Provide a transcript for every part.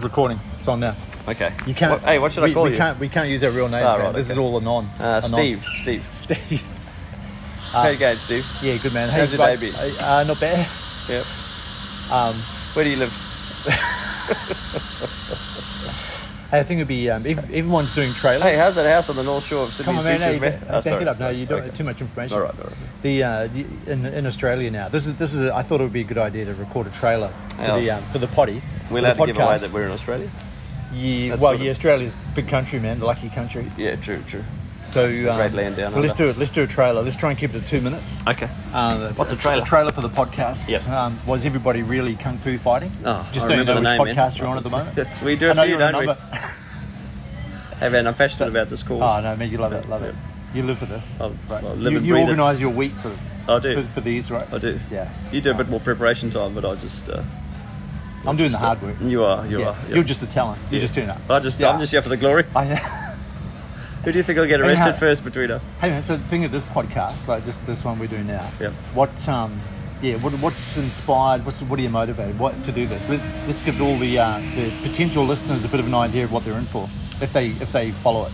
recording. It's on now. Okay. You can't. Wha- hey, what should we, I call we you? Can't, we can't use our real names. Ah, man. right, this okay. is all anon. Uh, anon. Steve. Steve. Steve. Uh, How you going, Steve? Yeah, good man. How's your bud? day been? Uh, not bad. Yep. Um, Where do you live? hey, I think it'd be um, if everyone's doing trailers. Hey, how's that house on the north shore of Sydney's Come on, man. beaches, hey, man? ba- Oh, back sorry, it up. sorry. No, you don't Okay. have too much information. All right, all right. The, uh, the in, in Australia now. This is this is. A, I thought it would be a good idea to record a trailer for Yeah. the um, for the potty. for the We're allowed Oh. to give away podcast. that we're in Australia. Yeah, That's well, sort of- yeah, Australia's a big country, man. The lucky country. Yeah, true, true. So, um, Great land down so let's under. do it. Let's do a trailer. Let's try and keep it to two minutes. Okay. Um, What's a trailer? trailer for the podcast. Yep. Um, was everybody really kung fu fighting? Oh, Just I so you know remember the which name, man. podcast you're on at the moment. That's- we do a I know few, you're on don't we? number- Hey, man, I'm passionate about this cause. Oh no, man, you love it, love it. You live for this. I'll- I'll live you and you breathe it. organise your week for, I do. for for these, right? I do. Yeah. You do a bit more preparation time, but I just. Uh, I'm doing the just, hard uh, work. You are. You yeah. are. yeah. You're just the talent. You Yeah. just turn up. I just. Yeah. I'm just here for the glory. I, Who do you think will get And arrested how- first between us? Hey man, so the thing of this podcast, like just this one we're doing now. Yep. What um, yeah, what, what's inspired? What's what are you motivated? What to do this? Let's let's give all the uh, the potential listeners a bit of an idea of what they're in for if they if they follow it.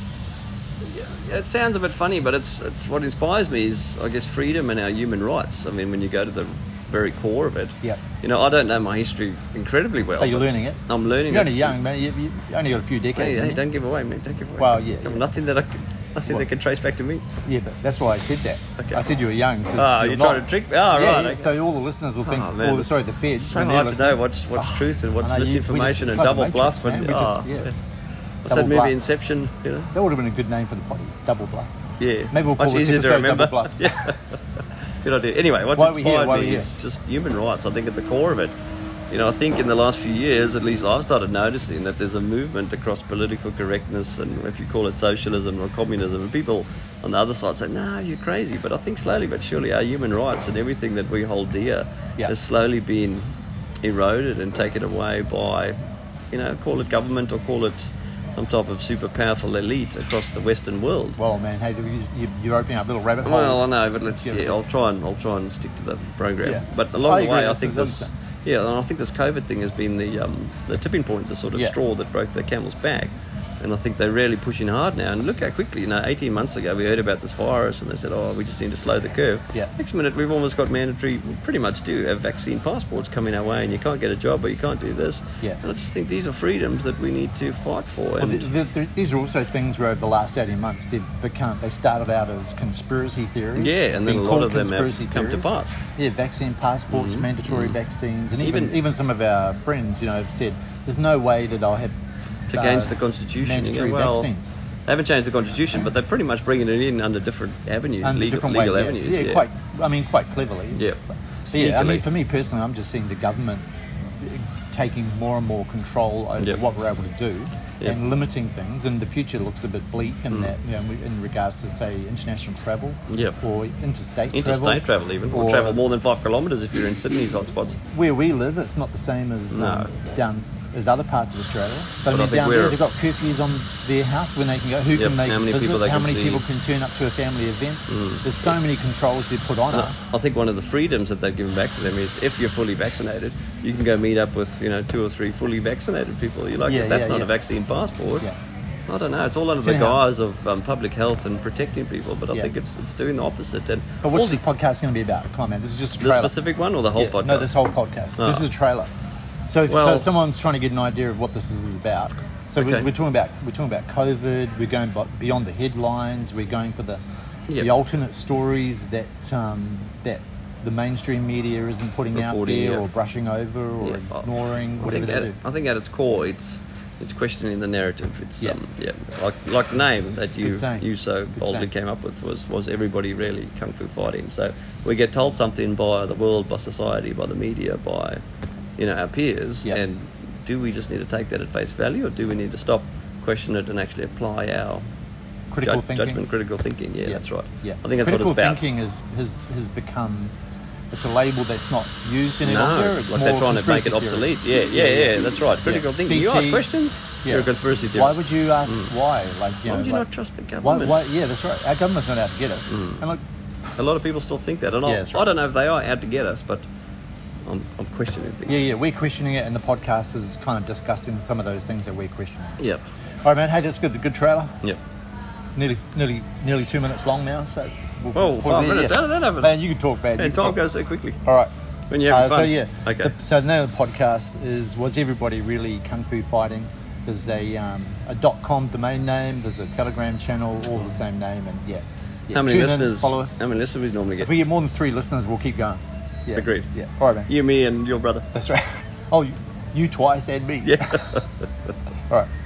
Yeah, it sounds a bit funny, but it's it's what inspires me is I guess freedom and our human rights. I mean, when you go to the very core of it. Yeah. You know, I don't know my history incredibly well. Are you but learning it? I'm learning. You're it. only young man. You, you only got a few Hey, decades. hey, haven't you? don't give away, man. Don't give away. Well, yeah, Come on, yeah. Nothing that I, can- nothing What? that can trace back to me. Yeah, but that's why I said that. Okay. I said you were young. 'cause Ah, you're trying not. to trick me. Ah, yeah, right, yeah, okay. So all the listeners will think. Oh, all man, the, sorry, the feds. It's so when they're hard to listening. know what's what's truth and what's Ah, I know, you- we just- misinformation it's like and the double Matrix, bluff. and, man. We just- ah, yeah. Double What's that movie bluff. Inception? You know. That would have been a good name for the potty. Double bluff. Yeah. Maybe we'll call Much this easier to episode remember. Double Bluff. yeah. Good idea. Anyway, what's Why are we here? inspired Why are me we is just human rights. I think at the core of it. You know, I think in the last few years, at least I've started noticing that there's a movement across political correctness and if you call it socialism or communism, and people on the other side say, no, you're crazy. But I think slowly but surely our human rights and everything that we hold dear Yeah. is slowly being eroded and taken away by, you know, call it government or call it some type of super powerful elite across the Western world. Well, man, hey, you- you're opening up little rabbit hole. Well, I know, but let's. Yeah, Yeah, I'll try and I'll try and stick to the program. Yeah. But along I the agree, way, I that's- think that's- this. Yeah, and I think this COVID thing has been the um, the tipping point, the sort of Yeah. straw that broke the camel's back. And I think they're really pushing hard now. And look how quickly, you know, 18 months ago we heard about this virus and they said, oh, we just need to slow the curve. Yeah. Next minute we've almost got mandatory, we pretty much do have vaccine passports coming our way and you can't get a job or you can't do this. Yeah. And I just think these are freedoms that we need to fight for. Well, and th th th these are also things where over the last 18 months they've become, they started out as conspiracy theories. Yeah, and then been a lot called of them have conspiracy come to pass. Mm-hmm. Yeah, vaccine passports, mandatory vaccines, and even, Even- even some of our friends, you know, have said there's no way that I'll have. It's against uh, the constitution. Mandatory you know, well, vaccines. They haven't changed the constitution, but they're pretty much bringing it in under different avenues, under legal, different legal ways. yeah. avenues. Yeah, quite. I mean, quite cleverly. Yeah. But yeah, I mean, Sneakily. for me personally, I'm just seeing the government uh, taking more and more control over Yep. what we're able to do Yep. Mm. and limiting things. And the future looks a bit bleak in that, you know, in regards to say international travel Yep. or interstate Interstate travel, even, or, or- travel more than five kilometres if you're in Sydney's hotspots. Where we live, it's not the same as um, down as other parts of Australia. But, But I I mean, think down we're- there, they've got curfews on their house when they can go. Who Yep, can they how many visit? people they how can many see. Mm. people can turn up to a family event? There's so many controls they put on And I us. I think one of the freedoms that they've given back to them is if you're fully vaccinated, you can go meet up with you know two or three fully vaccinated people. You're like, Yeah, if that's yeah, not a yeah. vaccine passport. Yeah. I don't know. It's all under So the how- guise of um, public health and protecting people, but I Yeah. think it's it's doing the opposite. And But what's all this podcast going to be about? Come on, man. This is just a the, the trailer. specific one or the whole Yeah, podcast? No, this whole podcast. Ah. This is a trailer. So, if, so Well- if someone's trying to get an idea of what this is about. So Okay. we're, we're talking about we're talking about COVID. We're going bo- beyond the headlines. We're going for the Yep. the alternate stories that um, that the mainstream media isn't putting out Reporting, there yeah. or brushing over or Yeah, I- ignoring. I whatever think, they at, do. I think at its core, it's it's questioning the narrative. It's Yeah. um, yeah, like like the name that you Good saying. you so Good boldly saying. came up with was was everybody really kung fu fighting. So we get told something by the world, by society, by the media, by you know our peers, Yeah. and do we just need to take that at face value, or do we need to stop, question it, and actually apply our Critical judg- thinking. judgment, critical thinking? Yeah, Yeah. that's right. Yeah, I think that's critical what it's about. thinking is has has become. It's a label that's not used any No, longer. it's, like they're more trying to make conspiracy theory. it obsolete. Yeah, yeah, yeah, That's right. Critical Yeah. thinking. You ask CT. questions. You're a conspiracy theorist. Mm. Why would you ask why? Like, you Why know, would you like- not trust the Why, government? why, yeah, that's right. Our government's not out to get us. Mm. And look, A lot of people still think that, and I- Yeah, that's I right. don't know if they are out to get us, but I'm, I'm questioning things. Yeah, yeah, we're questioning it, and the podcast is kind of discussing some of those things that we're questioning. Yep. All right, man. Hey, that's good. The good trailer. Yep. Nearly, nearly, nearly two minutes long now. So, we'll Oh, pause five there, minutes. yeah. How did that happen? Man, you can talk, man. You And can time talk. goes so quickly All right. when you're having Uh, fun. So yeah. Okay. The- so the name of the podcast is "Was Everybody Really Kung Fu Fighting?" There's a um, a dot com domain name. There's a Telegram channel, all the same name, and yeah. yeah. how many Tune in, listeners? follow us. How many listeners we normally If get? we get more than three listeners, we'll keep going. Yeah. Agreed. Yeah. All right, man. You, me, and your brother. That's right. Oh, you, you twice and me. Yeah. All right.